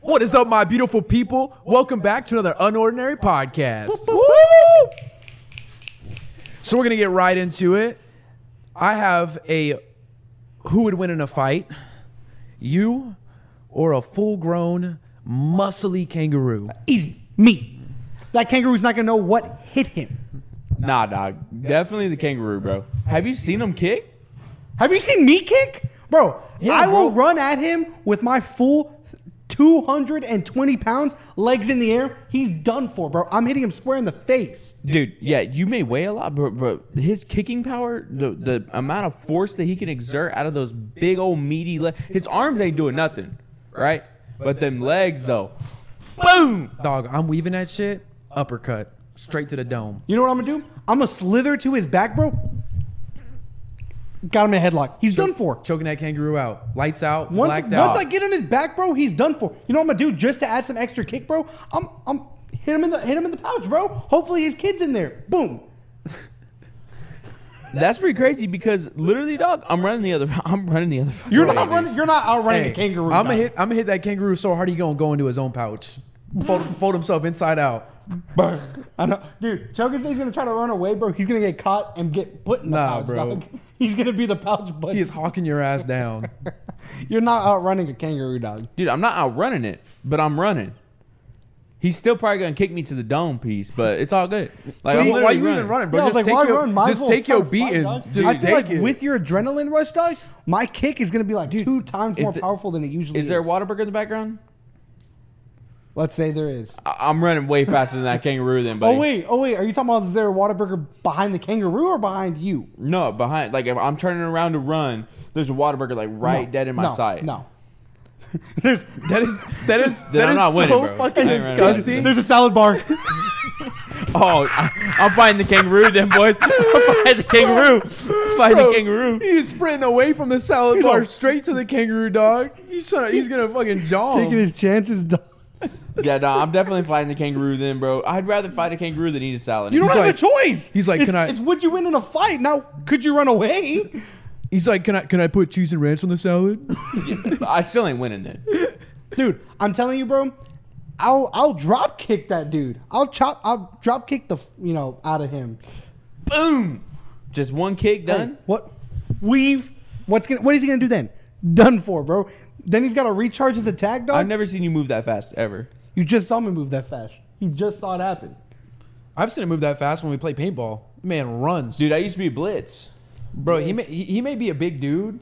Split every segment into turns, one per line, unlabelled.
What is up, my beautiful people? Welcome back to another Unordinary Podcast. So we're gonna get right into it. I have a who would win in a fight, you or a full-grown muscly kangaroo?
Easy. Me. That kangaroo's not gonna know what hit him.
Nah, dog. Definitely the kangaroo, bro. Have you seen him kick?
Have you seen me kick? Bro, I will
bro.
run at him with my full 220 pounds, legs in the air. He's done for, bro. I'm hitting him square in the face.
Dude, yeah, you may weigh a lot, but, but his kicking power, the, the amount of force that he can exert out of those big old meaty legs, his arms ain't doing nothing, right? But them legs, though, boom!
Dog, I'm weaving that shit. Uppercut. Straight to the dome.
You know what I'm gonna do? I'm gonna slither to his back, bro. Got him in a headlock. He's done for.
Choking that kangaroo out. Lights out.
Once,
blacked
once
out.
I get on his back, bro, he's done for. You know what I'm gonna do just to add some extra kick, bro? I'm I'm hit him in the hit him in the pouch, bro. Hopefully his kid's in there. Boom.
That's pretty crazy because literally, dog, I'm running the other, I'm running the other. fucking
You're
way,
not
dude.
running. You're not outrunning
Hey,
a kangaroo.
I'm
dog.
gonna hit. I'm gonna hit that kangaroo so hard he gonna go into his own pouch, fold, fold himself inside out.
Burn. I know, dude. Choga's he's gonna try to run away, bro. He's gonna get caught and get put in the
Nah,
pouch,
bro.
dog. He's gonna be the pouch buddy.
He is hawking your ass down.
You're not outrunning a kangaroo, dog.
dude, I'm not outrunning it, but I'm running. He's still probably gonna kick me to the dome piece, but it's all good. Like,
So
I'm
why
literally
you even running, bro?
Yeah, I was
just
like,
take
why
your,
run? Might as
just
well
take your
fight,
beating.
dog.
Just
I feel
take
like
it.
with your adrenaline rush, dog, my kick is gonna be like two times
if
more
the-
powerful than it usually is.
Is there a Whataburger in the background?
Let's say there is.
Ah,
I- I'm running way faster than that kangaroo then, buddy.
Oh wait, oh wait. Are you talking about is there a Whataburger behind the kangaroo or behind you?
No, behind. Like if I'm turning around to run, there's a Whataburger like right
No,
dead in my
no,
sight.
No. there's
that is that is that
I'm
is
not
so
winning, bro.
fucking
I ain't running.
disgusting.
there's a salad bar.
Oh, I, I'm fighting the kangaroo then, boys. I'm fighting the kangaroo. I'm fighting
Bro,
the kangaroo.
He is sprinting away from the salad
know-
bar straight to the kangaroo dog. He's gonna, he's gonna fucking jaw
Taking
him.
his chances, dog.
Yeah, no, I'm definitely fighting the kangaroo then, bro. I'd rather fight a kangaroo than eat a salad.
You don't
He's
have
like-
a choice.
he's like,
it's,
"Can I-"
It's would you win in a fight? Now, could you run away?
He's like, can I can I put cheese and ranch on the salad?
Yeah, I still ain't winning then.
dude, I'm telling you, bro. I'll I'll drop kick that dude. I'll chop. I'll drop kick the f- you know out of him.
Boom. Just one kick
Hey,
done.
what? Weave. What's gonna? What is he gonna do then? Done for, bro. Then he's got to recharge his attack, dog.
I've never seen you move that fast ever.
you just saw me move that fast. He just saw it happen.
I've seen him move that fast when we play paintball. Man runs,
Dude, I used to be a blitz.
bro. He may he, he may be a big dude.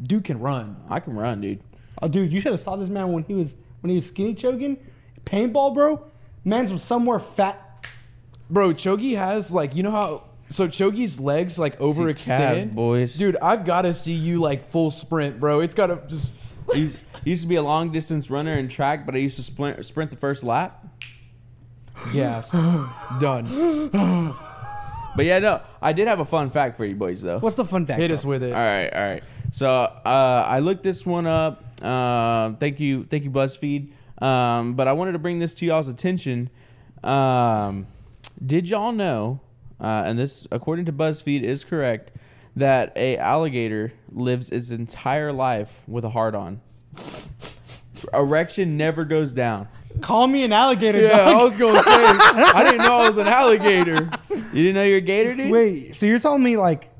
Dude can run.
I can run, dude.
Oh, dude, you should have saw this man when he was when he was skinny choking, paintball, bro. Man's was somewhere fat.
Bro, Chogi has like you know how so Chogi's legs like overextend.
calves, boys.
Dude, I've gotta see you like full sprint, bro. It's gotta just
I used, I used to be a long distance runner in track, but I used to sprint, sprint the first lap.
Yes. Done.
But yeah, no, I did have a fun fact for you boys though.
What's the fun fact?
Hit
bro?
us with it.
All right, all right. So uh, I looked this one up. Um, thank you, thank you, BuzzFeed. Um, but I wanted to bring this to y'all's attention. Um, did y'all know? Uh, and this, according to BuzzFeed, is correct that a alligator lives its entire life with a hard on. Erection never goes down.
Call me an alligator.
Yeah,
dog.
I was gonna say I didn't know I was an alligator.
You didn't know you're a gator, dude?
Wait, so you're telling me like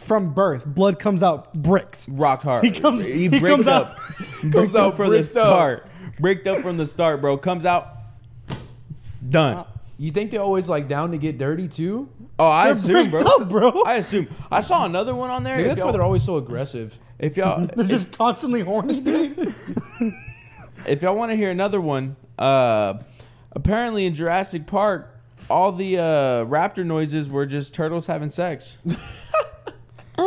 from birth, blood comes out bricked?
rock hard.
He comes- he
bricked
comes out-
up.
comes
comes
out
out from the
bricked up.
start. Bricked up from the start, bro. Comes out. Done.
You think they're always like down to get dirty too?
Oh, I
They're
assume, bro.
bricked up, bro.
I assume. I saw another one on there.
Maybe
If
that's why
y'all,
they're always so aggressive.
if y'all,
They're just constantly horny, dude.
if y'all want to hear another one, uh, apparently in Jurassic Park, all the uh, raptor noises were just turtles having sex.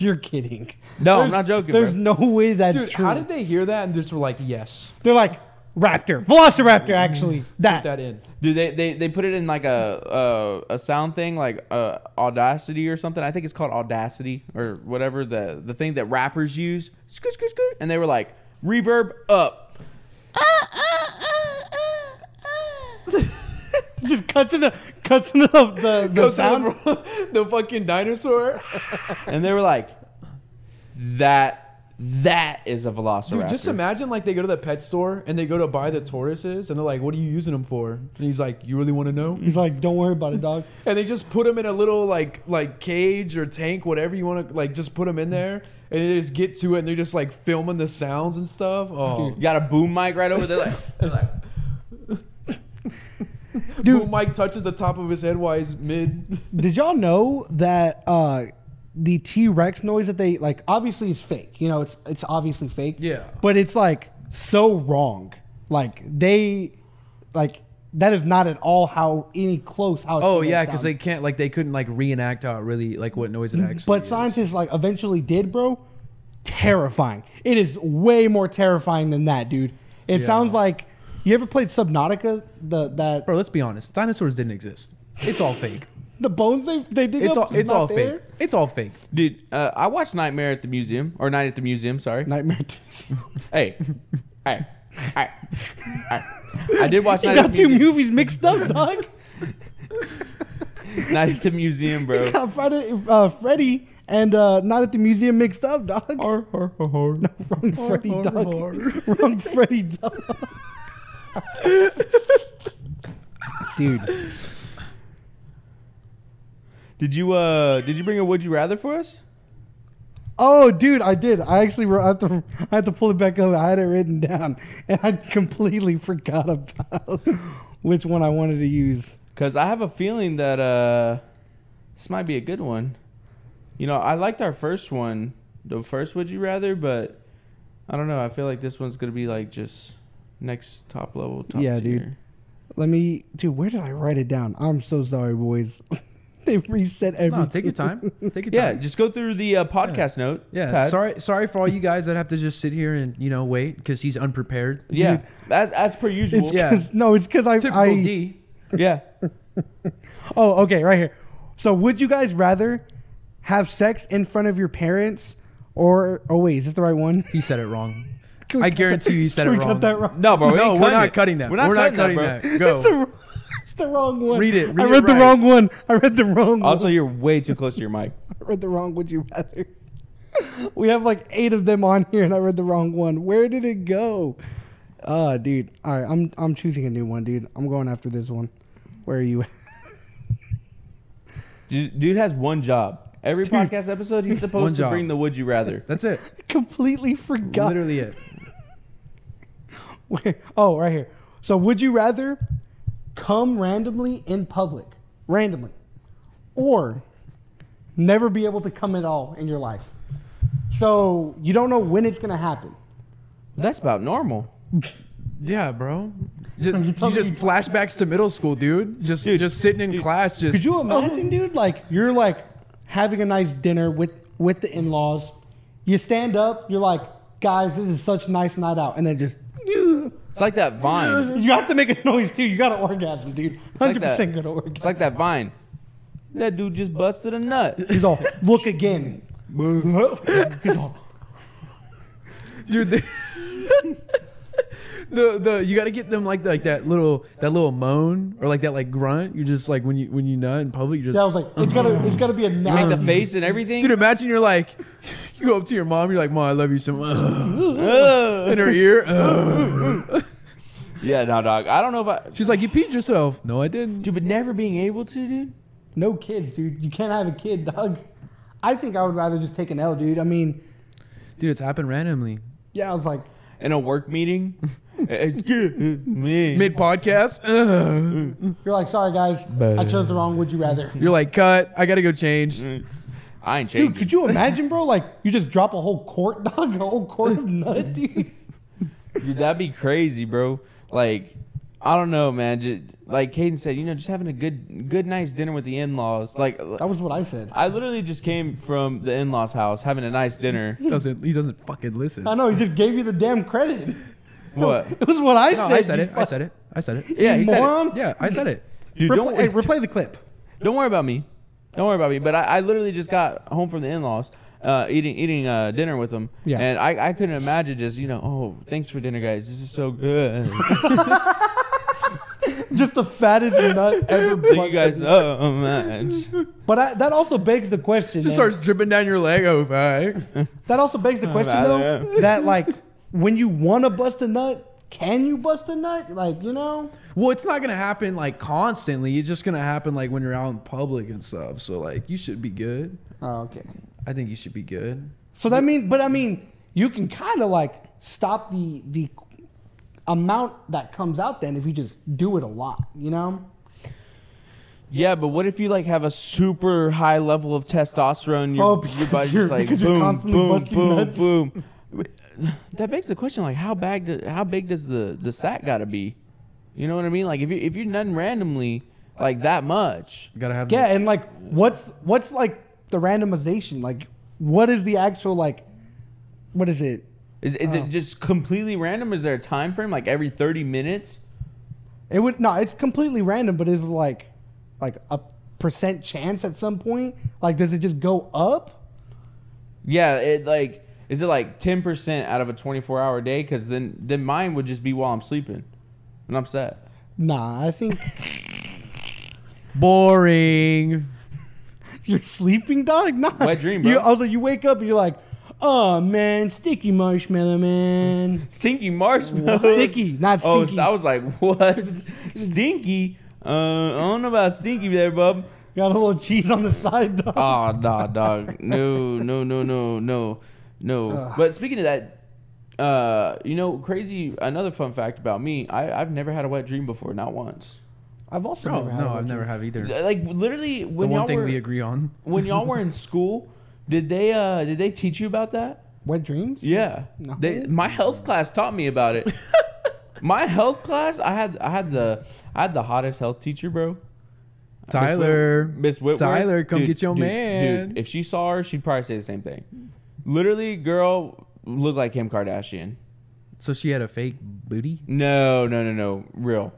You're kidding.
No, I'm not joking,
There's
bro.
no way that's
Dude,
true.
how did they hear that and just were like, yes,
They're like raptor, velociraptor. Actually, that.
put that in.
Dude, they, they, they put it in like a a, a sound thing, like uh, Audacity or something. I think it's called Audacity or whatever the the thing that rappers use. Scoot, scoot, scoot. And they were like, reverb up.
Just cuts into cuts into the the, the
Goes to
sound.
the fucking dinosaur.
And they were like, that That is a velociraptor.
Dude, just imagine like they go to the pet store and they go to buy the tortoises and they're like, "What are you using them for?" And he's like, "You really want to know?"
He's like, don't worry about it, dog.
And they just put them in a little like like cage or tank, whatever you want to like, just put them in there and they just get to it and they're just like filming the sounds and stuff. Oh,
You got a boom mic right over there. Like, they're like,
dude, Mike touches the top of his head while he's mid.
Did y'all know that uh, the T Rex noise that they like obviously is fake. You know, it's it's obviously fake.
Yeah.
But it's like so wrong. Like they, like that is not at all how any close how. a
Oh
T-Rex
yeah, because they
sounds.
can't like they couldn't like reenact how it really like what noise it actually.
Mm, But
is.
scientists like eventually did, bro. Terrifying. It is way more terrifying than that, dude. It
Yeah.
sounds like you ever played Subnautica? The that
bro, let's be honest, dinosaurs didn't exist. It's all fake.
the bones they they did.
It's all
up,
it's all
there?
fake. It's all fake.
dude, uh, I watched Nightmare at the Museum or Night at the Museum. Sorry.
Nightmare.
Hey, hey, hey, hey. I did watch
you
Night
got
at the
two
Museum.
movies mixed up, dog.
Night at the Museum,
You
bro.
got Friday, uh, Freddy and uh, Not at the Museum mixed up, dog. No, wrong Freddy,
har,
dog.
har.
Wrong Freddy, dog. Dude,
Did you uh did you bring a would you rather for us?
oh, dude, I did. I actually wrote. I had to. I had to pull it back up. I had it written down, and I completely forgot about which one I wanted to use.
Cause I have a feeling that uh this might be a good one. You know, I liked our first one, the first would you rather, but I don't know. I feel like this one's gonna be like just next top level. Top
Yeah,
yeah,
dude. Let me, dude. Where did I write it down? I'm so sorry, boys. they reset everything.
No, take your time. Take your
Yeah,
time.
just go through the uh, podcast note.
Yeah,
Pat.
sorry, sorry for all you guys that have to just sit here and you know wait because he's unprepared.
Yeah, as as per usual.
It's
Yeah.
'cause- no, it's because I,
typical
I
D.
yeah.
Oh, okay, right here. So, would you guys rather have sex in front of your parents or? Oh wait, is this the right one?
He said it wrong.
Can we
I
cut
guarantee you, he said
can
it
we
wrong.
Cut that wrong.
No, bro.
no,
ain't
we're not
it.
cutting that.
We're not cutting, that, bro.
that. Go.
It's the, wrong- it's the wrong one.
Read it,
I
read it
read the
right.
wrong one. I read the wrong.
Also,
one.
you're way too close to your mic.
I read the wrong. Would you rather? We have like eight of them on here, and I read the wrong one. Where did it go? Uh, dude. All right, I'm I'm choosing a new one, dude. I'm going after this one. Where are you? at?
Dude, dude has one job. Every podcast episode, he's
One
supposed to
job.
bring the would you rather.
That's it.
Completely forgot.
Literally it.
Where, oh, right here. So, would you rather come randomly in public, randomly, or never be able to come at all in your life? So you don't know when it's gonna happen.
That's about normal.
Yeah, bro. Just,
You
you
tell
just
me-
flashbacks to middle school, dude. Just
Dude,
just sitting in
dude,
class, just
Could you imagine, dude? Like you're like having a nice dinner with with the in-laws. You stand up. You're like, guys, this is such a nice night out, and then just.
It's like that vine.
You have to make a noise too. You got to orgasm, dude.
It's like
Hundred
that.
percent gonna orgasm.
It's like that vine. That dude just busted a nut.
He's all look again. He's all.
dude. They, the the you got to get them like like that little that little moan or like that like grunt. You're just like when you when you nut in public, you're just
Yeah, I was like, it's gotta, it's gotta be a
You make
noun.
the face and everything.
Dude, imagine you're like, you go up to your mom, you're like, Mom, I love you so much.
Ugh.
In her ear. "Ugh."
yeah, no, dog. I don't know if I.
She's like, You peed yourself. No, I didn't.
Dude, but never being able to, dude.
No kids, dude. You can't have a kid, dog. I think I would rather just take an L, dude. I mean,
Dude, it's happened randomly.
yeah, I was like,
In a work meeting. it's good. Me.
Mid podcast.
you're like, sorry guys, I chose the wrong. Would you rather?
You're like, Cut. I got to go change.
I ain't changing.
Dude, could you imagine, bro? Like, you just drop a whole quart, dog, a whole quart of nut, dude.
Dude, that'd be crazy, bro. Like, I don't know, man. Just, like Caden said, you know, just having a good, good, nice dinner with the in-laws. Like,
That was what I said.
I literally just came from the in-laws' house, having a nice dinner.
Doesn't He doesn't fucking listen.
I
No,
know he just gave you the damn credit.
What?
It was what I said.
I said
you
it. I said it. I said it.
Yeah, he said. It.
Moron.
Yeah, I said it.
Dude,
Repl-
don't
hey,
worry,
replay the clip.
don't worry about me. Don't worry about me. But I, I literally just got home from the in-laws, uh, eating eating uh, dinner with them.
Yeah.
And I, I couldn't imagine just you know, oh, thanks for dinner, guys. This is so good.
just the fattest nut ever.
Thank you
busted.
guys so much.
But I, that also begs the question.
just
man.
starts Oh, dripping down your leg, oh, fuck.
That also begs the question though
Valor.
that like when you want to bust a nut, can you bust a nut? Like you know,
Well, it's not gonna happen like constantly. It's just gonna happen like when you're out in public and stuff. So like, you should be good.
oh, okay.
I think you should be good.
So that means, but I mean, you can kind of like stop the the amount that comes out then if you just do it a lot. You know,
Yeah, but what if you like have a super high level of testosterone? Your,
Oh,
your
because
body's
you're-
just like
because you're
boom,
constantly
boom,
busting
boom,
nuts.
boom. That begs the question: like, how big? Do, how big does the the sack got to be? You know what I mean? Like, if you if you're nutting randomly like that much,
You gotta have.
yeah, and like what's what's like the randomization? Like what is the actual like what is it?
is is
Oh.
it just completely random? Is there a time frame? Like every thirty minutes?
It would no, it's completely random, but is it like like a percent chance at some point? Like does it just go up?
Yeah, it like is it like ten percent out of a twenty four hour day? Because then then mine would just be while I'm sleeping, and I'm set.
Nah, I think
boring.
you're sleeping, dog. Nah.
Wet dream, bro.
You, also, you wake up and you're like, oh man, sticky marshmallow man.
Stinky marshmallow.
Sticky, not
Oh,
stinky.
I was like, what? stinky? Uh, I don't know about stinky there, bub.
Got a little cheese on the side, dog.
Oh, nah, dog. No, no, no, no, no, no.
Ugh.
But speaking of that, uh, you know, crazy. Another fun fact about me: I, I've never had a wet dream before, not once.
I've also
No,
never had
Oh, no,
one,
I've
dude.
never have either.
Like literally,
the
when y'all
one thing
were
we agree on.
when y'all were in school, did they uh did they teach you about that?
Wet dreams?
Yeah.
No.
They, my health class taught me about it. my health class, I had I had the I had the hottest health teacher, bro. Miss
Tyler.
Whit- Miss Whitworth.
Tyler, come get your man.
Dude, if she saw her, she'd probably say the same thing. Literally, girl looked like Kim Kardashian.
So she had a fake booty.
No, no, no, no, real.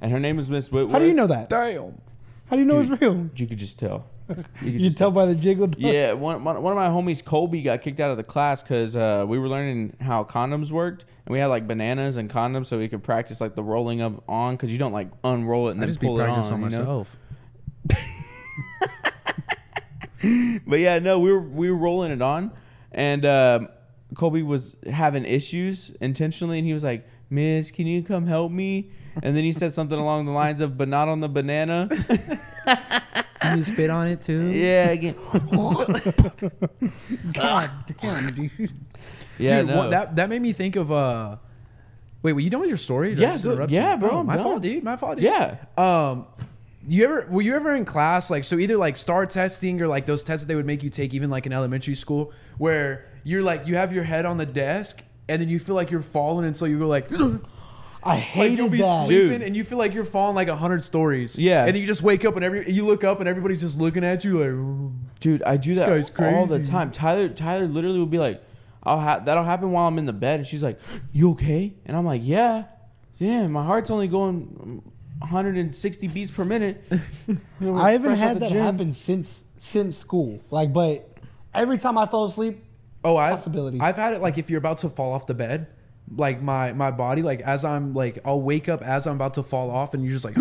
And her name was Miss Whitworth.
How do you know that?
Damn.
How do you know
Dude,
it's real?
You could just tell. could
You tell by the jiggle. dog.
Yeah, one, one, one of my homies, Colby, got kicked out of the class because uh, we were learning how condoms worked, and we had like bananas and condoms, so we could practice like the rolling of on because you don't like unroll it
I
and then
just be
pull it
practicing
on.
on
you know?
myself.
But yeah, no, we were we were rolling it on, and um, Colby was having issues intentionally, and he was like, "Miss, can you come help me?" And then he said something along the lines of, "But not on the banana."
Can you spit on it too?
yeah, again.
God damn, dude.
yeah,
dude,
no.
what- that that made me think of uh wait, were you done with your story? Did I
Yeah,
just
go-
interrupt
yeah,
you?
bro,
Oh,
I'm
my
done.
fault, dude. My fault, dude.
Yeah.
Um you ever were you ever in class like so either like star testing or like those tests that they would make you take even like in elementary school where you're like you have your head on the desk and then you feel like you're falling and so you go like
I
like
hated
you'll be
that.
sleeping
Dude.
and you feel like you're falling like a hundred stories.
Yeah.
And then you just wake up and every you look up and everybody's just looking at you like "Ooh."
Dude, I do that
guy's
all the
crazy.
time. Tyler, Tyler literally would be like, "I'll ha- that'll happen while I'm in the bed," and she's like, "You okay?" And I'm like, "Yeah, yeah. My heart's only going 160 beats per minute."
I haven't
Fresh off
had
the
that
gym.
happen since since school. Like, but every time I fell asleep,
Oh, I've,
Possibility.
I've had it like if you're about to fall off the bed, like my my body, like as I'm like I'll wake up as I'm about to fall off, and you're just like,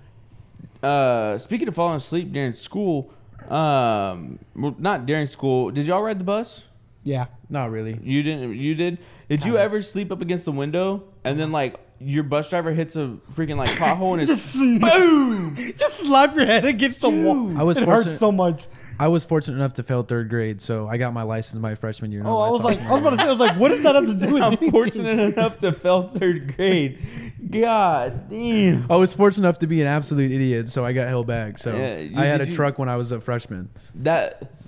Uh, speaking of falling asleep during school, um, well, not during school. Did y'all ride the bus?
yeah.
not really.
You didn't. You did. Did you ever sleep up against the window and then like your bus driver hits a freaking like pothole and it's
Just boom! Just slap your head against the wall.
I was
it
fortunate-
hurts so much.
I was fortunate enough to fail third grade, so I got my license my freshman year. not
Oh,
my
I was like,
sophomore
I was about to say, I was like, what does that have to do with
I'm
anything?
fortunate enough to fail third grade. God damn.
year. I was fortunate enough to be an absolute idiot, so I got held back. So
Yeah, you-
I had a
did you-
truck when I was a freshman.
That.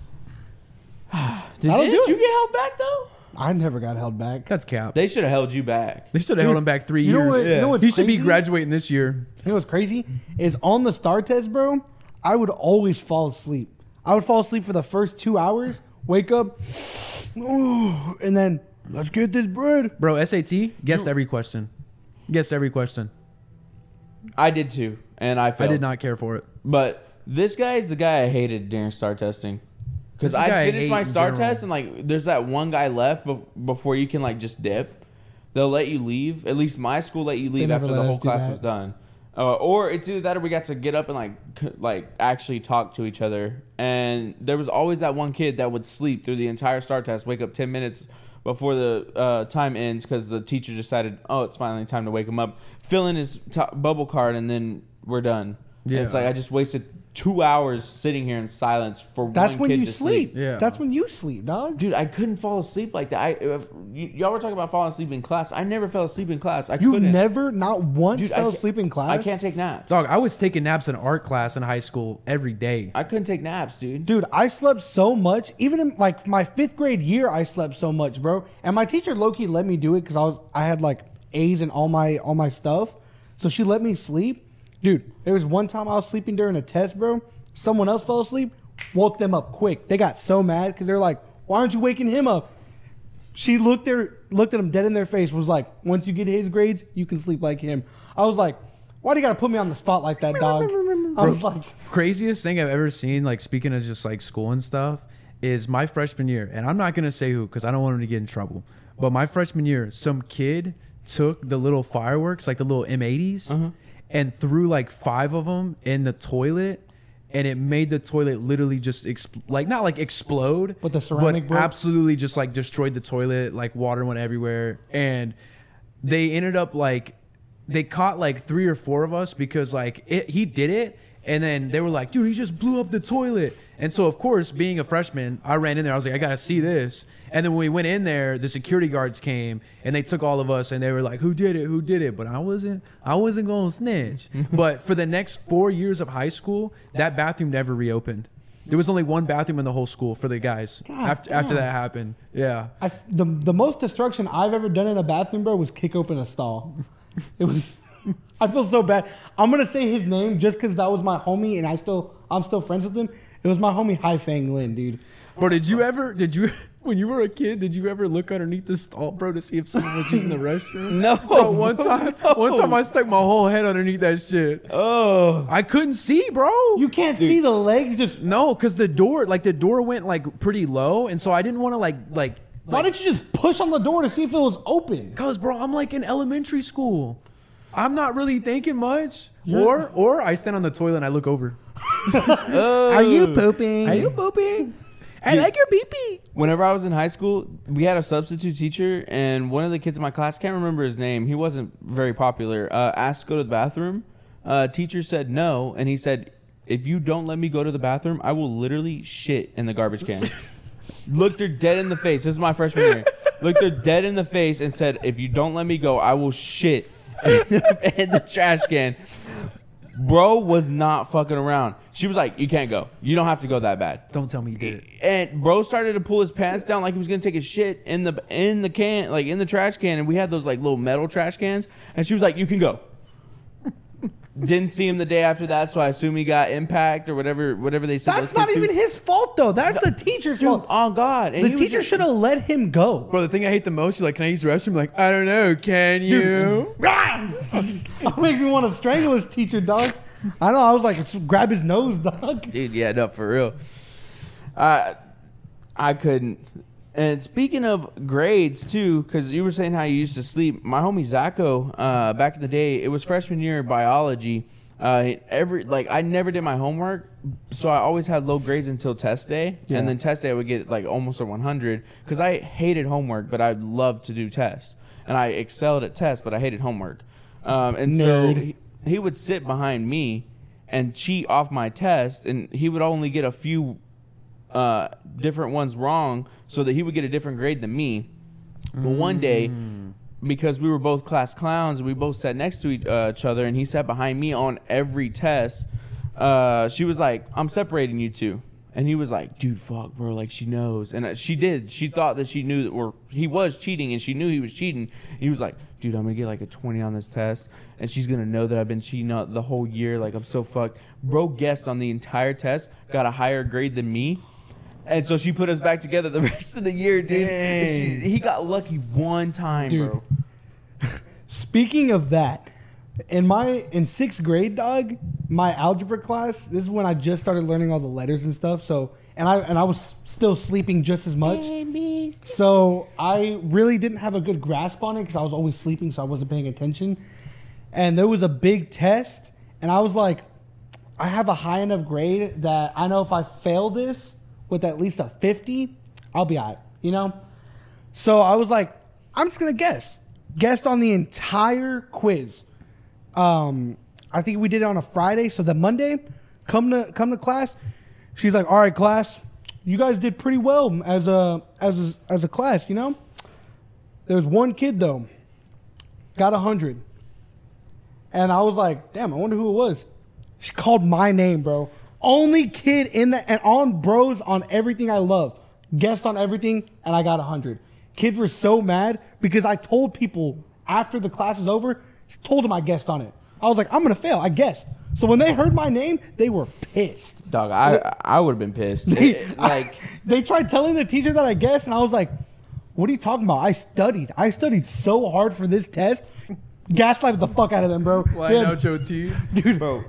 Did,
don't
did
do
you
it.
get held back though?
I never got held back.
That's cap. They,
They should have held you back.
should have held him back three
You know
years.
what? You
Yeah.
know what's
he should be
crazy?
graduating this year.
You know what's crazy is on the star test, bro. I would always fall asleep. I would fall asleep for the first two hours, wake up, ooh, and then let's get this bread.
Bro, SAT guessed every question. Guessed every question.
I did too, and I failed.
I did not care for it.
But this guy is the guy I hated during star testing. Because
This guy I
I finished
hate
my
in
star
general.
test, and like, there's that one guy left bef- before you can like just dip. They'll let you leave. At least my school let you leave
never
after
let
the
us
whole
do
class
that.
was done. Uh, or it's either that or we got to get up and like c- like actually talk to each other. And there was always that one kid that would sleep through the entire star test, wake up 10 minutes before the uh, time ends because the teacher decided, oh, it's finally time to wake him up, fill in his t- bubble card, and then we're done.
Yeah.
It's like I just wasted two hours sitting here in silence for
That's
one
when
kid
you
to
sleep.
Yeah.
That's when you sleep, dog.
Dude, I couldn't fall asleep like that. I if, y- y'all were talking about falling asleep in class. I never fell asleep in class. I
You
couldn't.
never, not once,
Dude, I
fell
ca-
asleep in class.
I can't take naps.
Dog, I was taking naps in art class in high school every day.
I couldn't take naps, dude.
Dude, I slept so much. Even in like my fifth grade year, I slept so much, bro. And my teacher Loki let me do it because I was I had like A's and all my all my stuff. So she let me sleep. Dude, there was one time I was sleeping during a test, bro. Someone else fell asleep, woke them up quick. They got so mad because they're like, "Why aren't you waking him up?" She looked there, looked at him dead in their face. Was like, "Once you get his grades, you can sleep like him." I was like, "Why do you gotta put me on the spot like that, dog?" I was like,
craziest thing I've ever seen, like speaking of just like school and stuff, is my freshman year. And I'm not gonna say who because I don't want him to get in trouble. But my freshman year, some kid took the little fireworks, like the little M80s, and threw like five of them in the toilet. And it made the toilet literally just expl- like not like explode,
But the ceramic broke?
absolutely just like destroyed the toilet. Like water went everywhere, and they ended up like they caught like three or four of us because like it, he did it and then they were like dude he just blew up the toilet and so of course being a freshman i ran in there i was like i gotta see this and then when we went in there the security guards came and they took all of us and they were like who did it who did it but i wasn't i wasn't gonna snitch but for the next four years of high school that bathroom never reopened there was only one bathroom in the whole school for the guys
God
after, after
damn.
that happened yeah
I, the the most destruction I've ever done in a bathroom, bro, was kick open a stall. It was. I feel so bad. I'm gonna say his name just because that was my homie, and I still I'm still friends with him. It was my homie High Fang Lin, dude.
Bro, did you ever? Did you when you were a kid? Did you ever look underneath the stall, bro, to see if someone was using the restroom?
No,
Bro, one time,
no.
one time I stuck my whole head underneath that shit.
Oh,
I couldn't see, bro.
You can't see the legs. Just
no, cause the door, like the door went like pretty low, and so I didn't want to like like.
why didn't you just push on the door to see if it was open?
Cause, bro, I'm like in elementary school. I'm not really thinking much.
You're-
Or or I stand on the toilet and I look over.
Are you pooping?
pooping? I like your pee pee.
Whenever I was in high school, we had a substitute teacher, and one of the kids in my class can't remember his name. He wasn't very popular. Uh, asked to go to the bathroom. Uh, teacher said no, and he said, "If you don't let me go to the bathroom, I will literally shit in the garbage can." Looked her dead in the face. This is my freshman year. Looked her dead in the face and said, "If you don't let me go, I will shit in the trash can." Bro was not fucking around. She was like, "You can't go. You don't have to go that bad."
Don't tell me you did it.
and bro started to pull his pants down like he was gonna take a shit in the in the can like in the trash can and we had those like little metal trash cans and she was like you can go didn't see him the day after that so i assume he got impact or whatever whatever they said
That's
those
not
kids do.
even his fault though. That's the teacher's
dude
fault.
oh god and
The
he was
teacher
just-
should have let him go.
Bro, the thing I hate the most is like, can I use the restroom? Like, I don't know. Can you?
That makes me want to strangle his teacher, dog. I know. I was like, grab his nose, dog.
dude yeah no for real i i couldn't and speaking of grades too because you were saying how you used to sleep my homie zacho uh, back in the day it was freshman year biology uh, every like i never did my homework so i always had low grades until test day
Yeah.
and then test day i would get like almost a 100 because i hated homework but i loved to do tests and i excelled at tests but i hated homework um, and so
Nerd.
he- he would sit behind me and cheat off my test and he would only get a few uh, different ones wrong so that he would get a different grade than me but one day because we were both class clowns and we both sat next to each, uh, each other and he sat behind me on every test uh, she was like i'm separating you two and he was like dude fuck bro like she knows and uh, she did she thought that she knew that or he was cheating and she knew he was cheating he was like dude i'm gonna get like a 20 on this test and she's gonna know that i've been cheating out the whole year like i'm so fucked bro guessed on the entire test got a higher grade than me and so she put us back together the rest of the year, dude. And She, he got lucky one time,
Dude.
bro.
Speaking of that, in my in sixth grade, dog, my algebra class. This is when I just started learning all the letters and stuff. So, and I and I was still sleeping just as much. So I really didn't have a good grasp on it because I was always sleeping, so I wasn't paying attention. And there was a big test, And I was like, I have a high enough grade that I know if I fail this with at least a 50, I'll be all right, you know? So I was like, I'm just going to guess. Guessed on the entire quiz. Um, I think we did it on a Friday. So the Monday, come to come to class. She's like, all right, class, you guys did pretty well as a as a, as a class, you know? There was one kid though, got a hundred. And I was like, damn, I wonder who it was. She called my name, bro. Only kid in the and on bros on everything I love. Guessed on everything, and I got a hundred. Kids were so mad because I told people after the class is over, just told them I guessed on it. I was like, I'm gonna fail. I guessed. So when they heard my name, they were pissed.
Dog, I I would have been pissed. It- it- like
they tried telling the teacher that I guessed, and I was like, "What are you talking about? I studied. I studied so hard for this test. Gaslighted the fuck out of them, bro.
Well,
Yeah.
I know Joe T.
dude.
bro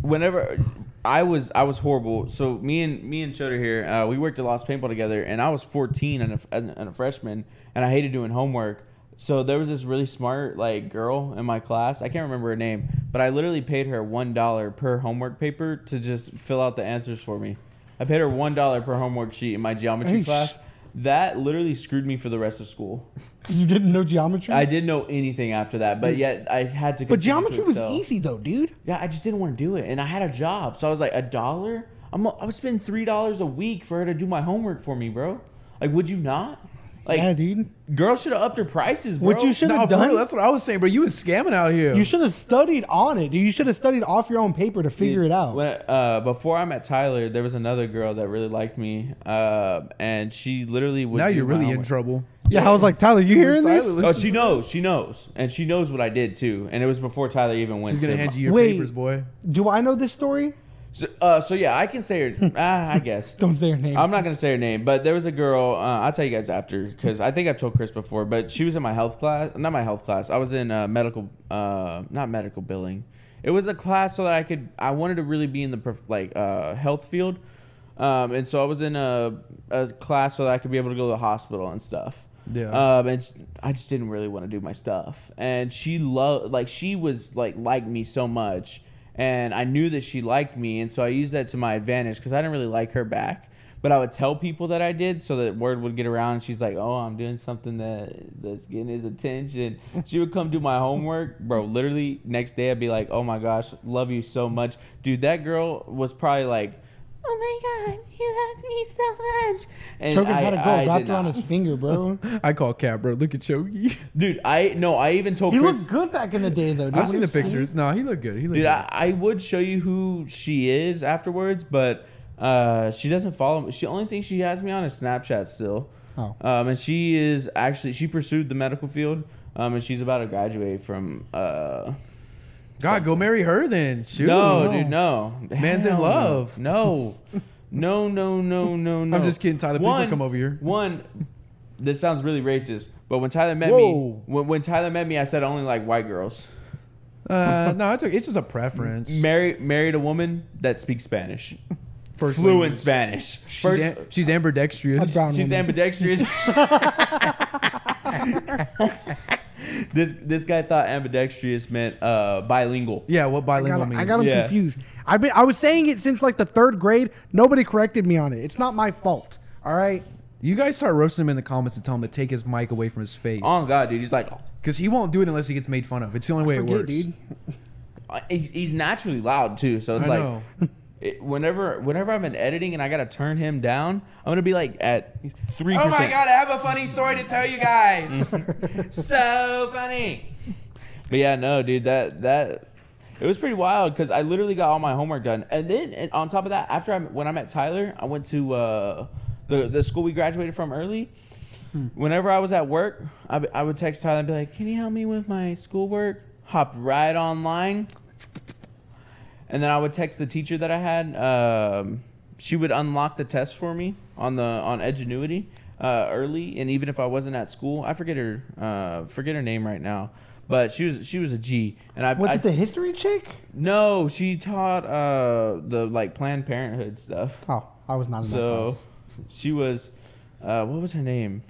whenever i was i was horrible so me and me and Choder here uh, we worked at lost paintball together and i was 14 and a, and a freshman and i hated doing homework so there was this really smart like girl in my class i can't remember her name but i literally paid her one dollar per homework paper to just fill out the answers for me i paid her one dollar per homework sheet in my geometry
Hey, sh-
class that literally screwed me for the rest of school
Because you didn't know geometry.
i didn't know anything after that but yet i had to
but
continue to
geometry was
excel.
easy though, dude.
Yeah, I just didn't want to do it, and I had a job, so I was like, a dollar? I'm I would spend three dollars a week for her to do my homework for me, bro. Like, would you not? Like,
yeah, dude.
girl should have upped her prices, bro.
What you should
No,
have
for
done.
real, that's what I was saying, bro. You was scamming out here.
you should have studied on it, dude. You should have studied off your own paper to figure it out.
When, uh, before I met Tyler, there was another girl that really liked me, uh, and she literally would.
now
do
you're
my
really in
homework.
trouble.
yeah, I was like, Tyler, you hearing this?
Silent.
Oh, she knows. She knows, and she knows what I did too. And it was before Tyler even went.
She's gonna
to
hand
my-
you your
Wait.
papers, boy.
Do I know this story?
So, uh, so yeah, I can say her. ah, I guess.
Don't say her name.
I'm not gonna say her name, but there was a girl. Uh, I'll tell you guys after because I think I've told Chris before. But she was in my health class, not my health class. I was in uh, medical, uh, not medical billing. It was a class so that I could. I wanted to really be in the prof- like uh, health field, um, and so I was in a, a class so that I could be able to go to the hospital and stuff.
Yeah.
Um, and s- I just didn't really want to do my stuff. And she loved, like, she was like liked me so much, and I knew that she liked me, and so I used that to my advantage because I didn't really like her back. But I would tell people that I did, so that word would get around. And she's like, "Oh, I'm doing something that that's getting his attention." She would come do my homework, bro. Literally next day, I'd be like, "Oh my gosh, love you so much, dude." That girl was probably like, "Oh my god, you love me so much." And
Chogan had a
I-
girl
I
wrapped
did
around
not.
his finger, bro.
I call Cap, bro. Look at Chogi.
Dude, I no, I even told
he
Chris.
looked good back in the day, though. Dude.
I've seen the pictures. No, he looked good. He looked
Dude,
good.
I, I would show you who she is afterwards, but uh, she doesn't follow me. She only thing she has me on is Snapchat still.
Oh.
Um, and she is actually she pursued the medical field. Um, and she's about to graduate from uh.
God, go marry her then. Shoot.
no,
no.
dude, no.
Man's in
Hell no.
love.
No. No, no, no, no, no.
I'm just kidding, Tyler. Please don't
One-
come over here.
One, this sounds really racist, but when Tyler met me,
Whoa.
when, when Tyler met me, I said I only like white girls.
Uh, no, it's, okay. it's just a preference.
married married a woman that speaks Spanish,
First
fluent
language.
Spanish.
She's,
First,
am- she's ambidextrous.
brown
she's
woman.
ambidextrous. this this guy thought ambidextrous meant uh, bilingual.
Yeah, what
I
bilingual
got,
means?
I got him
Yeah.
confused. I've been, I was saying it since like the third grade. Nobody corrected me on it. It's not my fault. All right.
you guys start roasting him in the comments and tell him to take his mic away from his face.
Oh god, dude, he's like
Because he won't do it unless he gets made fun of. It's the only way it
Forget,
works.
dude.
he's, he's naturally loud too. So it's
I
like
know.
it- whenever whenever I'm in editing and I gotta turn him down, I'm gonna be like at three.
Oh my god, I have a funny story to tell you guys.
so funny. But yeah, no, dude, that that it was pretty wild because I literally got all my homework done, and then and on top of that, after I when I met Tyler, I went to uh, the the school we graduated from early.
Hmm.
Whenever I was at work, I, I would text Tyler and be like, "Can you help me with my schoolwork?" Hopped right online, and then I would text the teacher that I had. Um, she would unlock the test for me on the on Edgenuity uh, early, and even if I wasn't at school, I forget her uh, forget her name right now. But she was she was a G, and I
Was
I-
it the history chick?
no, she taught uh, the like Planned Parenthood stuff.
Oh, I was not in that
So
class.
she was uh, what was her name?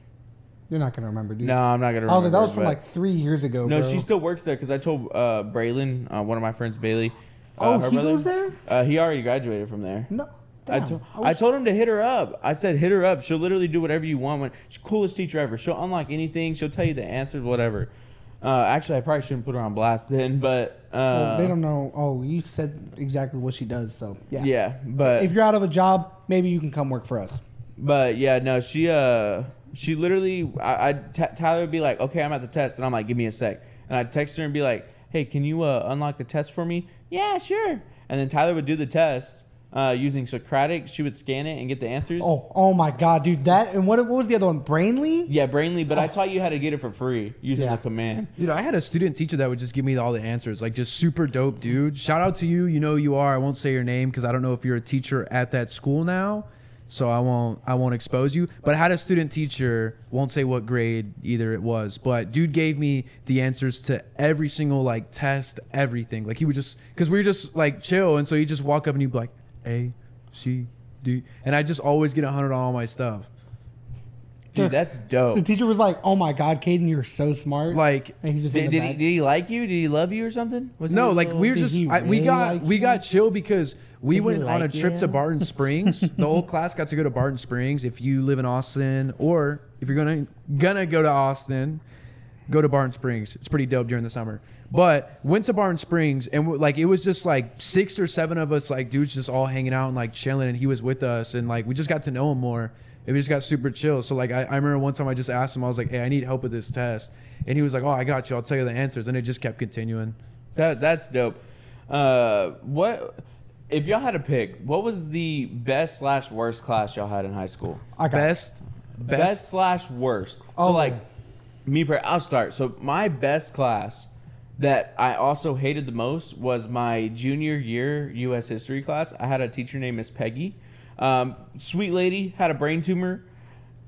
You're not gonna remember, dude.
No, I'm not gonna. Remember,
I was like, that was from
but-
like three years ago.
No,
bro.
she still works there because I told uh, Braylon, uh, one of my friends, Bailey,
Oh,
her
he
brother-
goes there?
Uh, he already graduated from there.
No.
I,
Damn,
to-
I
I
wish-
told him to hit her up. I said, hit her up. She'll literally do whatever you want. When, she's the coolest teacher ever. She'll unlock anything. She'll tell you the answers, whatever. Uh, actually, I probably shouldn't put her on blast then, but uh,
Well, they don't know. Oh, you said exactly what she does. So yeah.
Yeah. but
If you're out of a job, maybe you can come work for us.
but yeah, no, she uh she literally I, I t- Tyler would be like, okay, I'm at the test, and I'm like, give me a sec, and I'd text her and be like, hey, can you uh, unlock the test for me? Yeah, sure. And then Tyler would do the test uh, using Socratic. She would scan it and get the answers.
Oh, oh my God, dude, that and what, what was the other one? Brainly?
Yeah, Brainly, but I taught you how to get it for free using
Oh. Yeah.
the command.
Dude, I had a student teacher that would just give me all the answers, like just super dope, dude. Shout out to you. You know who you are. I won't say your name because I don't know if you're a teacher at that school now, so I won't. I won't expose you. But I had a student teacher. Won't say what grade either it was, but dude gave me the answers to every single like test, everything. Like he would just because we were just like chill, and so he'd just walk up and he'd be like A, C, D, and I just always get a hundred on all my stuff.
Sure.
Dude, that's
The
dope.
teacher was like, "Oh my God, Caden, you're so smart."
Like
and he's just in
Did,
the
did, he,
back.
did he like you? Did he love you or something? Was he
No,
a
like
little-
we were
Did
just
he
I, we
really
got
like
we
you?
got chill because we
he
went on a
like
trip to
you?
Barton Springs. the whole class got to go to Barton Springs. If you live in Austin or if you're gonna gonna go to Austin, go to Barton Springs. It's pretty dope during the summer. But went to Barton Springs and w- like it was just like six or seven of us like dudes just all hanging out and like chilling and he was with us and like we just got to know him more and we just got super chill. So like I, I remember one time I just asked him I was like, hey, I need help with this test and he was like, oh, I got you. I'll tell you the answers and it just kept continuing.
That that's dope. Uh, what if y'all had to pick? What was the best slash worst class y'all had in high school?
I got
best,
Best,
best,
slash worst.
Oh.
So like me, per- I'll start. So my best class that I also hated the most was my junior year U.S. history class. I had a teacher named Miss Peggy. Um, sweet lady had a brain tumor.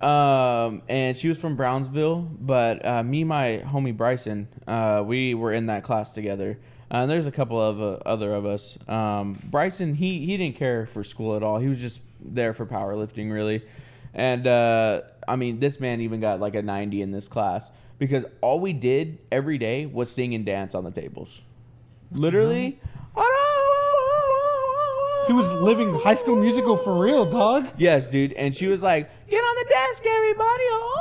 Um, and she was from Brownsville, but uh, me, and my homie Bryson, uh, we were in that class together. Uh, and there's a couple of uh, other of us. Um, Bryson, he he didn't care for school at all. He was just there for powerlifting, really. And uh, I mean, this man even got like a 90 in this class because all we did every day was sing and dance on the tables. Literally.
He was living High School Musical for real, dog.
Yes, dude. And she was like, get on the desk, everybody. Oh,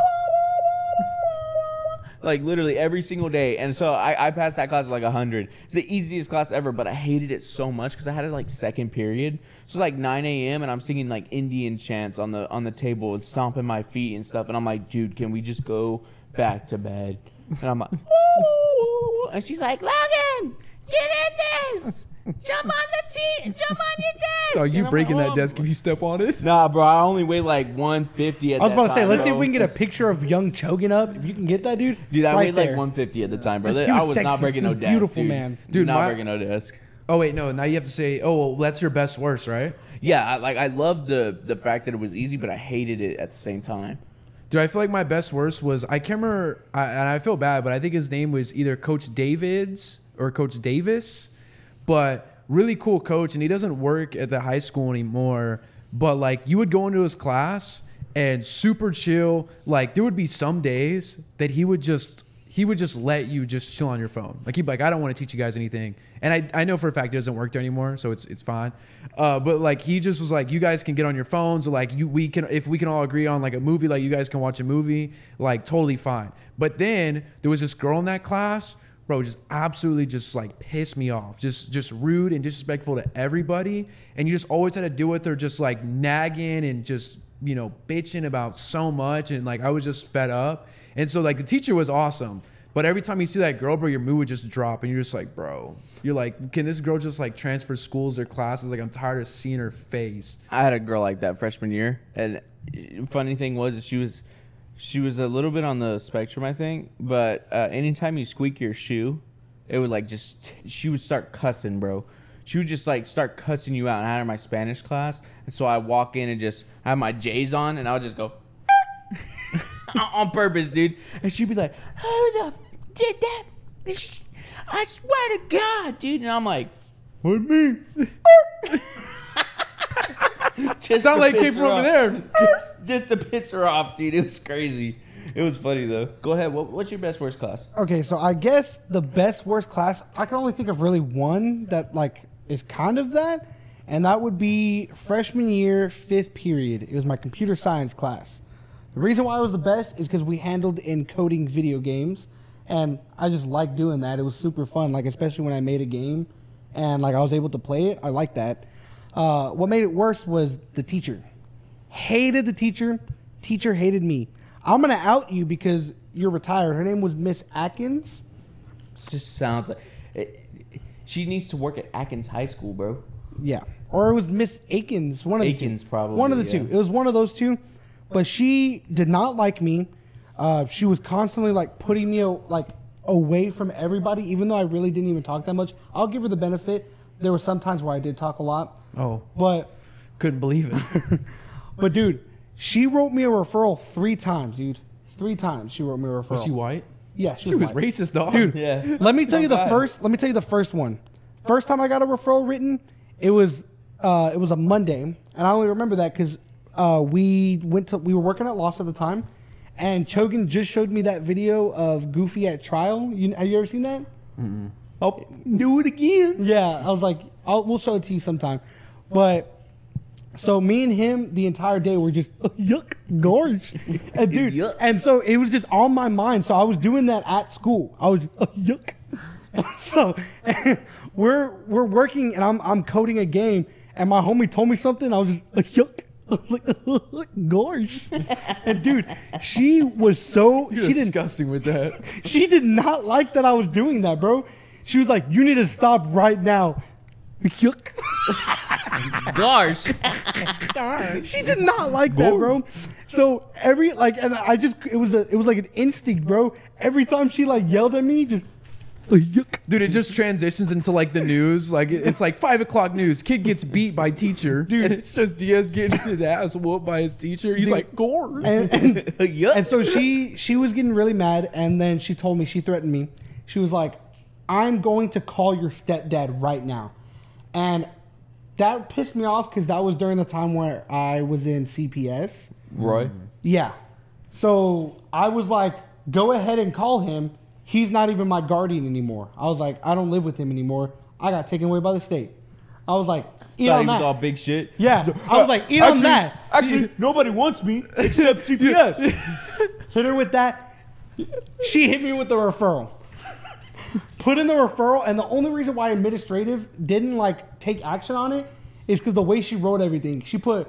Like literally every single day. And so I, I passed that class with like 100. It's the easiest class ever, but I hated it so much because I had it like second period. So like 9 a.m. and I'm singing like Indian chants on the on the table and stomping my feet and stuff. And I'm like, dude, can we just go back to bed? And I'm like, and she's like, Logan, get in this. Jump on the team. Jump on your desk.
Oh,
And I'm
you
like,
breaking
"Oh,
that desk if you step on it?
Nah, bro, I only weigh like 150 at
I was
that
about to say,
time,
let's see if
bro.
we can get a picture of young Chogan up. If you can get that, dude.
Dude, I
right
weighed
there.
like 150 at the time, bro.
He
I
was
was
sexy.
not
He
breaking no
was
desk.
beautiful,
dude.
man.
Dude,
not
my-
breaking no desk.
Oh wait, no. Now you have to say, oh, well, that's your best worst, right?
Yeah, I, like I loved the the fact that it was easy, but I hated it at the same time.
Dude, I feel like my best worst was I can't remember, I, and I feel bad, but I think his name was either Coach Davids or Coach Davis, but really cool coach, and he doesn't work at the high school anymore. But like, you would go into his class and super chill. Like, there would be some days that he would just he would just let you just chill on your phone. Like he'd be like, I don't want to teach you guys anything. And I, I know for a fact it doesn't work there anymore, so it's it's fine. Uh, but like he just was like, you guys can get on your phones, or like you we can if we can all agree on like a movie, like you guys can watch a movie, like totally fine. But then there was this girl in that class, bro, just absolutely just like pissed me off, just just rude and disrespectful to everybody, and you just always had to deal with her just like nagging and just you know, bitching about so much and like I was just fed up. And so like the teacher was awesome. But every time you see that girl, bro, your mood would just drop and you're just like, bro, you're like, can this girl just like transfer schools or classes? Like I'm tired of seeing her face.
I had a girl like that freshman year, and funny thing was that she was she was a little bit on the spectrum, I think. But uh, anytime you squeak your shoe, it would like just she would start cussing, bro. She would just like start cussing you out. And I had her in my Spanish class, and so I walk in and just I have my J's on, and I would just go on purpose, dude. And she'd be like, "Who the f- did that? I swear to God, dude." And I'm like,
What me?
just
Sound
to
like it came
piss
from
her
over
off.
there.
Just, just to piss her off, dude. It was crazy. It was funny though. Go ahead. What, what's your best worst class?
Okay, so I guess the best worst class I can only think of really one that like is kind of that, and that would be freshman year, fifth period. It was my computer science class. The reason why I was the best is because we handled encoding video games, and I just liked doing that. It was super fun, like especially when I made a game, and like I was able to play it. I liked that. Uh, what made it worse was the teacher. Hated the teacher. Teacher hated me. I'm gonna out you because you're retired. Her name was Miss Atkins.
It just sounds like it, she needs to work at Atkins High School, bro.
Yeah. Or it was Miss Akins, one of
Akins,
the two.
probably,
One of the
yeah.
two. It was one of those two. But she did not like me. Uh, she was constantly like putting me a- like away from everybody, even though I really didn't even talk that much. I'll give her the benefit. There were some times where I did talk a lot,
Oh,
but
couldn't believe it.
but dude, she wrote me a referral three times, dude. Three times she wrote me a referral.
Was she white?
Yeah, she,
She was
white.
racist, dog.
Dude,
Yeah.
let me tell
No
you the
bad.
first. Let me tell you the first one. First time I got a referral written, it was uh, it was a Monday, and I only remember that because uh, we went to we were working at Lost at the time, and Chogan just showed me that video of Goofy at trial. You, have you ever seen that?
Oh, do it again.
Yeah, I was like, I'll, we'll show it to you sometime. But so me and him the entire day were just yuck, gorge, and dude,
Yuck.
and so it was just on my mind. So I was doing that at school. I was yuck. And so we're we're working, and I'm I'm coding a game, and my homie told me something. I was just yuck. like gorge and dude she was so
You're
she didn't
disgusting with that.
she did not like that I was doing that, bro. She was like, "You need to stop right now." Yuck.
Gosh.
she did not like that, bro. So every like, and I just it was a it was like an instinct, bro. Every time she like yelled at me, just yuck.
Dude, it just transitions into like the news. Like it- it's like five o'clock news. Kid gets beat by teacher. Dude, and it's just Diaz getting his ass whooped by his teacher. He's
Dude.
like, gore.
And, and,
Yuck.
and so she she was getting really mad, and then she told me she threatened me. She was like, "I'm going to call your stepdad right now," and that pissed me off because that was during the time where I was in CPS.
Roy.
Yeah. So I was like, go ahead and call him. He's not even my guardian anymore. I was like, I don't live with him anymore. I got taken away by the state. I was like, eat
Thought
on
he was
that.
all big shit.
yeah. I was like, eat on
Actually-
that.
Actually, nobody wants me except CPS.
Hit her with that. She hit me with the referral. Put in the referral, and the only reason why administrative didn't like take action on it is because the way she wrote everything. She put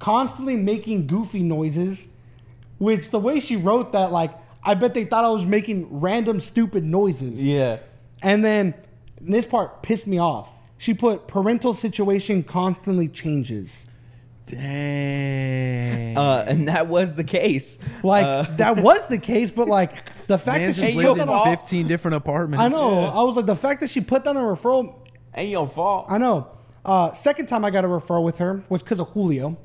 constantly making goofy noises, which the way she wrote that, like I bet they thought I was making random stupid noises.
yeah.
And then this part pissed me off. She put parental situation constantly changes.
Dang.
Uh, and that was the case.
Like
Uh,
that was the case, but like the fact
Man's
that
just
she
lived
put
in
that on-
15 different apartments.
I know. I was like, the fact that she put that on a referral,
ain't your fault.
I know. Uh, second time I got a referral with her was because of Julio.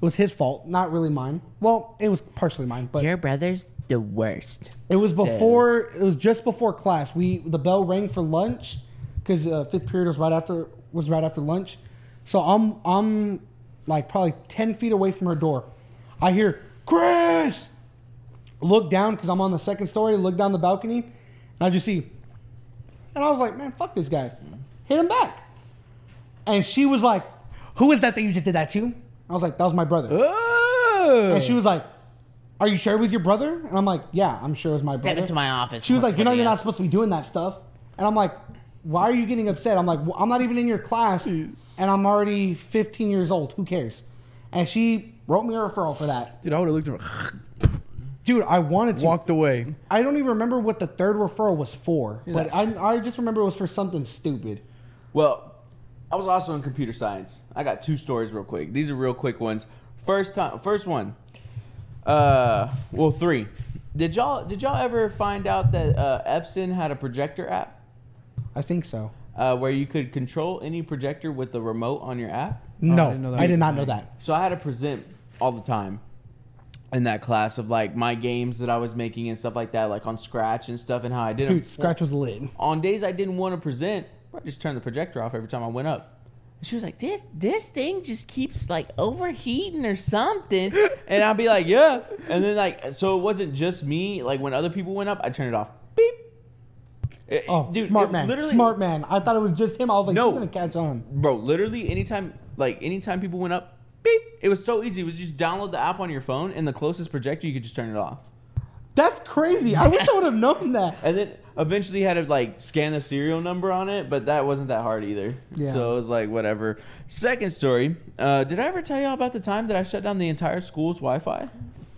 It was his fault, not really mine. Well, it was partially mine, but
Your brother's the worst.
it was before. It was just before class. We the bell rang for lunch because uh, fifth period was right after was right after lunch. So I'm I'm like probably ten feet away from her door. I hear Chris. Look down because I'm on the second story. Look down the balcony, and I just see. And I was like, man, fuck this guy. Hit him back. And she was like, who is that that you just did that to? I was like, that was my brother.
Oh.
And she was like, "Are you sure it was your brother?" And I'm like, "Yeah, I'm sure it was my brother."
into my office,
She was like, "You know, you're
motherfuckers."
not supposed to be doing that stuff." And I'm like, "Why are you getting upset?" I'm like, well, "I'm not even in your class, and I'm already 15 years old. Who cares?" And she wrote me a referral for that,
Dude, I would have looked at her,
dude. I wanted to.
walked away.
I don't even remember what the third referral was for, but I, I just remember it was for something stupid.
Well, I was also in computer science. I got two stories real quick. These are real quick ones. First time, first one. Uh, well, three. Did y'all did y'all ever find out that uh, Epson had a projector app
I think so.
uh, where you could control any projector with the remote on your app? Um,
No,
didn't know that
I
was a
did not know
thing.
that.
So I had to present all the time in that class of like my games that I was making and stuff like that, like on Scratch and stuff, and how I did
Dude,
them.
Scratch was lit.
on days I didn't want to present, I just turned the projector off every time I went up.
And she was like, this this thing just keeps like
overheating or something. And I'll be like, yeah. And then like, so it wasn't just me. Like when other people went up, I turned it off. Beep. It-
Oh,
dude,
smart
it
man.
literally-
Smart man. I thought it was just him. I was like,
No.
he's going to catch on.
bro literally anytime like anytime people went up beep it was so easy it was just download the app on your phone and the closest projector you could just turn it off
That's crazy. I wish I would have known that.
and then eventually had to like scan the serial number on it but that wasn't that hard either
Yeah.
so it was like whatever second story uh, did i ever tell y'all about the time that i shut down the entire school's wi-fi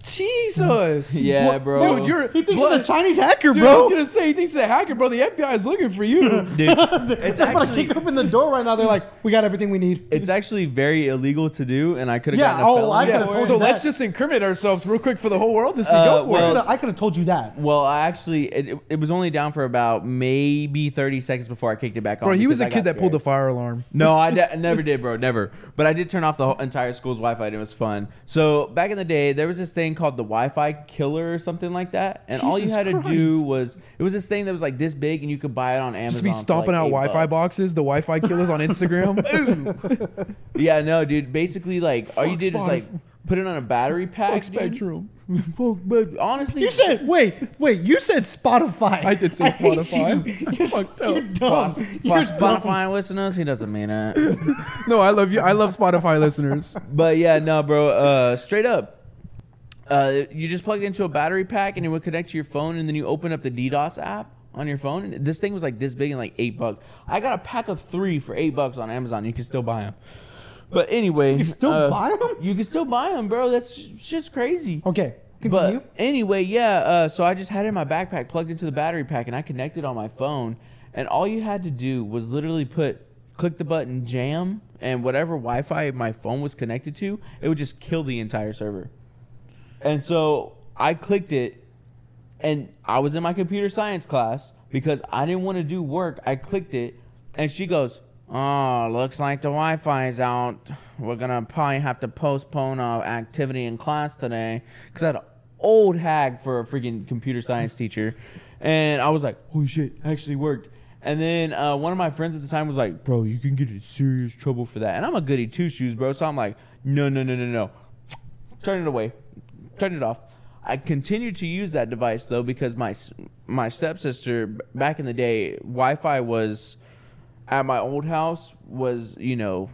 Jesus.
yeah
What-
bro
Dude, you're
He thinks
blood-
he's a Chinese hacker,
Dude, I was
bro.
gonna say he thinks he's a hacker, bro. The FBI is looking for you.
Dude, it's
I'm about to
actually
kick open the door right now. They're like, we got everything we need.
it's actually very illegal to do and i could have
Yeah,
gotten a
oh, I
felony
could've
for
told
it.
you
so
that.
let's just incriminate ourselves real quick for the whole world to see.
Uh,
go for
well-
it.
I could have told you that.
Well, I actually it, it- it was only down for about maybe thirty seconds before I kicked it back on.
Bro, he was a
because I
kid
got
that pulled the
scared.
fire alarm.
No, I de- never did, bro, never. But I did turn off the whole entire school's Wi-Fi. and It was fun. So back in the day, there was this thing called the Wi-Fi killer or something like that, and all you
Jesus
had to do
Christ.
was it was this thing that was like this big, and you could buy it on Amazon.
Just be
for, like,
stomping out
eight
Wi-Fi
bucks.
boxes, the Wi-Fi killers on Instagram.
Yeah, no, dude. Basically, like all you
Fuck
did was like
Spotify.
put it on a battery pack.
Fuck
dude.
Spectrum.
Fuck, but honestly,
You said, wait, wait, you said Spotify.
I did say
hate
Spotify.
you. You're,
Fucked
you're
up.
dumb.
For-
You're
for
dumb.
Spotify listeners, he doesn't mean it.
no, I love you. I love Spotify listeners.
But yeah, no, bro. Uh, straight up, uh, you just plug it into a battery pack and it would connect to your phone, and then you open up the DDoS app on your phone. And this thing was like this big and like eight bucks. I got a pack of three for eight bucks on Amazon. You can still buy them. But anyway, you
still buy 'em?
You can still buy them, bro. That's shit's crazy.
Okay, continue.
But anyway, yeah. Uh, so I just had it in my backpack, plugged into the battery pack, and I connected on my phone. And all you had to do was literally put, click the button, jam, and whatever Wi-Fi my phone was connected to, it would just kill the entire server. And so I clicked it, and I was in my computer science class because I didn't want to do work. I clicked it, and she goes, "Oh, looks like the Wi-Fi is out. We're gonna probably have to postpone our activity in class today." Because I had an old hag for a freaking computer science teacher, and I was like, "Holy shit, actually worked." And then uh, one of my friends at the time was like, "Bro, you can get in serious trouble for that." And I'm a goody two shoes, bro. So I'm like, "No, no, no, no, no." Turn it away. Turn it off. I continued to use that device though because my s- my stepsister b- back in the day Wi-Fi was at my old house was you know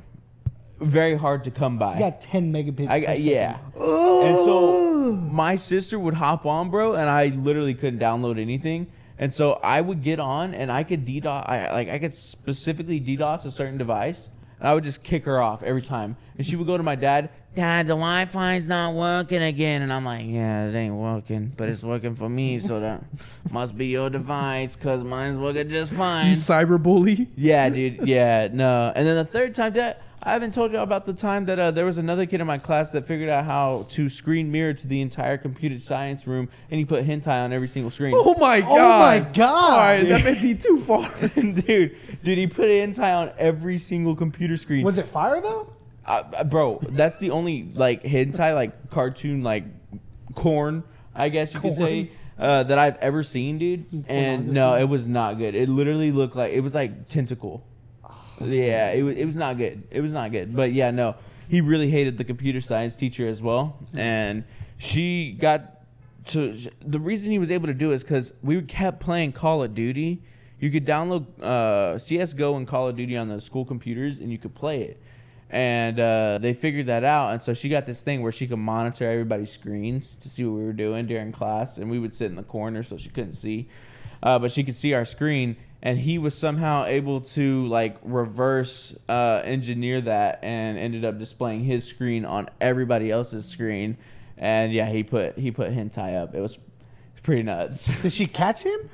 very hard to come by.
I got 10 megabits.
I,
per
I-
second.
yeah. And so my sister would hop on, bro, and I literally couldn't download anything. And so I would get on and I could DDoS, I, like I could specifically DDoS a certain device, and I would just kick her off every time. And she would go to my dad, Dad, the Wi Fi's not working again. And I'm like, Yeah, it ain't working, but it's working for me, so that must be your device, because mine's working just
You
fine.
cyberbully.
Yeah, dude. Yeah, no. And then the third time that I haven't told y'all about the time that uh, there was another kid in my class that figured out how to screen mirror to the entire computer science room, and he put hentai on every single screen.
Oh my god.
Oh my
All right,
God.
that may be too far.
dude, dude, he put hentai on every single computer screen.
Was it fire, though?
Uh, uh, bro, that's the only like hentai like cartoon like corn, I guess you could say. Uh, that I've ever seen, dude, and no, it was not good. It literally looked like it was like tentacle. Yeah, it was. It was not good. It was not good. But yeah, no, he really hated the computer science teacher as well, and she got to the reason he was able to do is because we kept playing Call of Duty. You could download uh, CS:GO and Call of Duty on the school computers, and you could play it. And uh, they figured that out, and so she got this thing where she could monitor everybody's screens to see what we were doing during class, and we would sit in the corner so she couldn't see uh, but she could see our screen and he was somehow able to like reverse uh, engineer that and ended up displaying his screen on everybody else's screen and yeah he put he put hentai up it was pretty nuts
Did she catch him?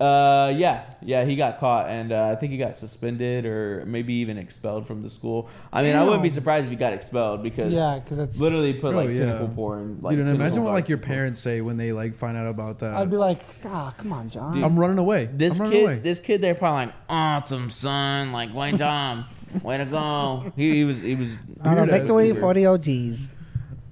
uh yeah yeah he got caught and uh, i think he got suspended or maybe even expelled from the school i mean i wouldn't be
Damn.
surprised if he got expelled because
Yeah, because that's.
literally put
Bro,
like
Oh, yeah.
tentacle porn like
Dude, and
tentacle
imagine what like
dark
your
people.
parents say when they like find out about that.
I'd be like, ah, come on, John.
Dude.
I'm running away.
This
I'm running
kid,
away.
this kid, they're probably like, awesome son, like way Tom, way to go. He, he was, he was.
I don't know, victory for
the OGs.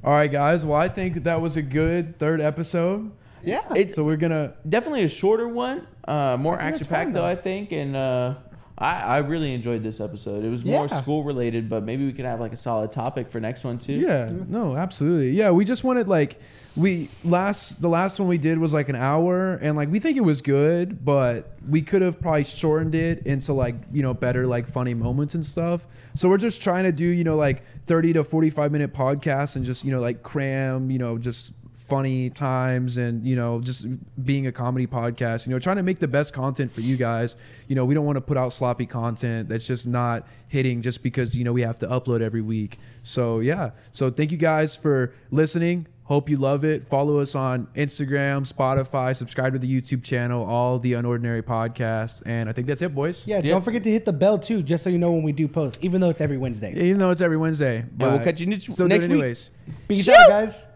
All right, guys. Well, I think that, that was a good third episode.
Yeah.
It-
So we're gonna.
Definitely a shorter one, uh, more
I think that's
action packed
fine,
though,
though.
I think, and uh, I, I really enjoyed this episode. It was more
Yeah.
school related, but maybe we can have like a solid topic for next one too.
Yeah, no, absolutely. Yeah, we just wanted like we last the last one we did was like an hour and like we think it was good, but we could have probably shortened it into like, you know, better like funny moments and stuff. So we're just trying to do, you know, like 30 to 45 minute podcasts and just, you know, like cram, you know, just funny times and you know just being a comedy podcast you know trying to make the best content for you guys you know we don't want to put out sloppy content that's just not hitting just because you know we have to upload every week so yeah so thank you guys for listening hope you love it follow us on instagram spotify subscribe to the youtube channel all the unordinary podcasts and i think that's it boys
Yeah,
Yeah.
don't forget to hit the bell too, just so you know when we do post, even though it's every Wednesday.
even though it's every wednesday but
we'll catch you next-
still do it
next week.
anyways
Peace out, guys.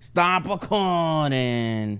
Stop a conning.